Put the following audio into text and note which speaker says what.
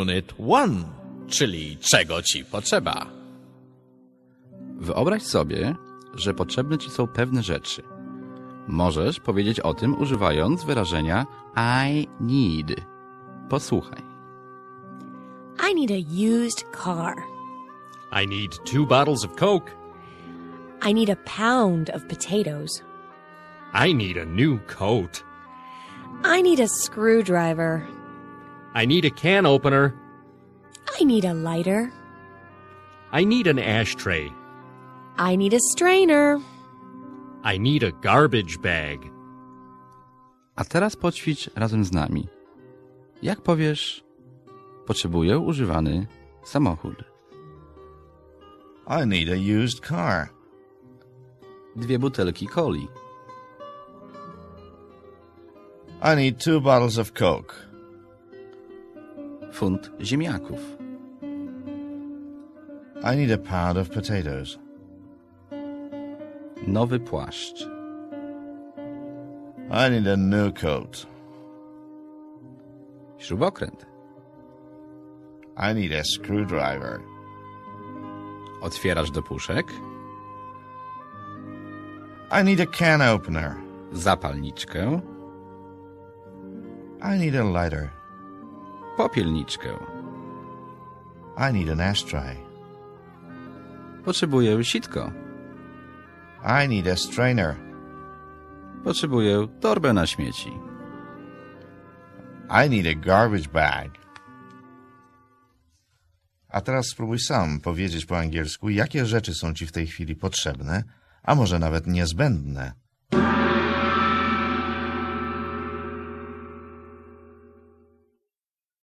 Speaker 1: Unit 1, czyli czego ci potrzeba.
Speaker 2: Wyobraź sobie, że potrzebne ci są pewne rzeczy. Możesz powiedzieć o tym używając wyrażenia I need. Posłuchaj.
Speaker 3: I need a used car.
Speaker 4: I need two bottles of Coke.
Speaker 3: I need a pound of potatoes.
Speaker 4: I need a new coat.
Speaker 3: I need a screwdriver.
Speaker 4: I need a can opener.
Speaker 3: I need a lighter.
Speaker 4: I need an ashtray.
Speaker 3: I need a strainer.
Speaker 4: I need a garbage bag.
Speaker 2: A teraz poćwicz razem z nami. Jak powiesz, potrzebuję używany samochód.
Speaker 5: I need a used car.
Speaker 2: Dwie butelki coli.
Speaker 5: I need two bottles of Coke.
Speaker 2: Funt ziemniaków.
Speaker 5: I need a pound of potatoes.
Speaker 2: Nowy płaszcz.
Speaker 5: I need a new coat.
Speaker 2: Śrubokręt.
Speaker 5: I need a screwdriver.
Speaker 2: Otwieracz do puszek.
Speaker 5: I need a can opener.
Speaker 2: Zapalniczkę.
Speaker 5: I need a lighter.
Speaker 2: Popielniczkę.
Speaker 5: I need an ashtray.
Speaker 2: Potrzebuję sitko.
Speaker 5: I need a strainer.
Speaker 2: Potrzebuję torbę na śmieci.
Speaker 5: I need a garbage bag. A teraz spróbuj sam powiedzieć po angielsku, jakie rzeczy są ci w tej chwili potrzebne, a może nawet niezbędne.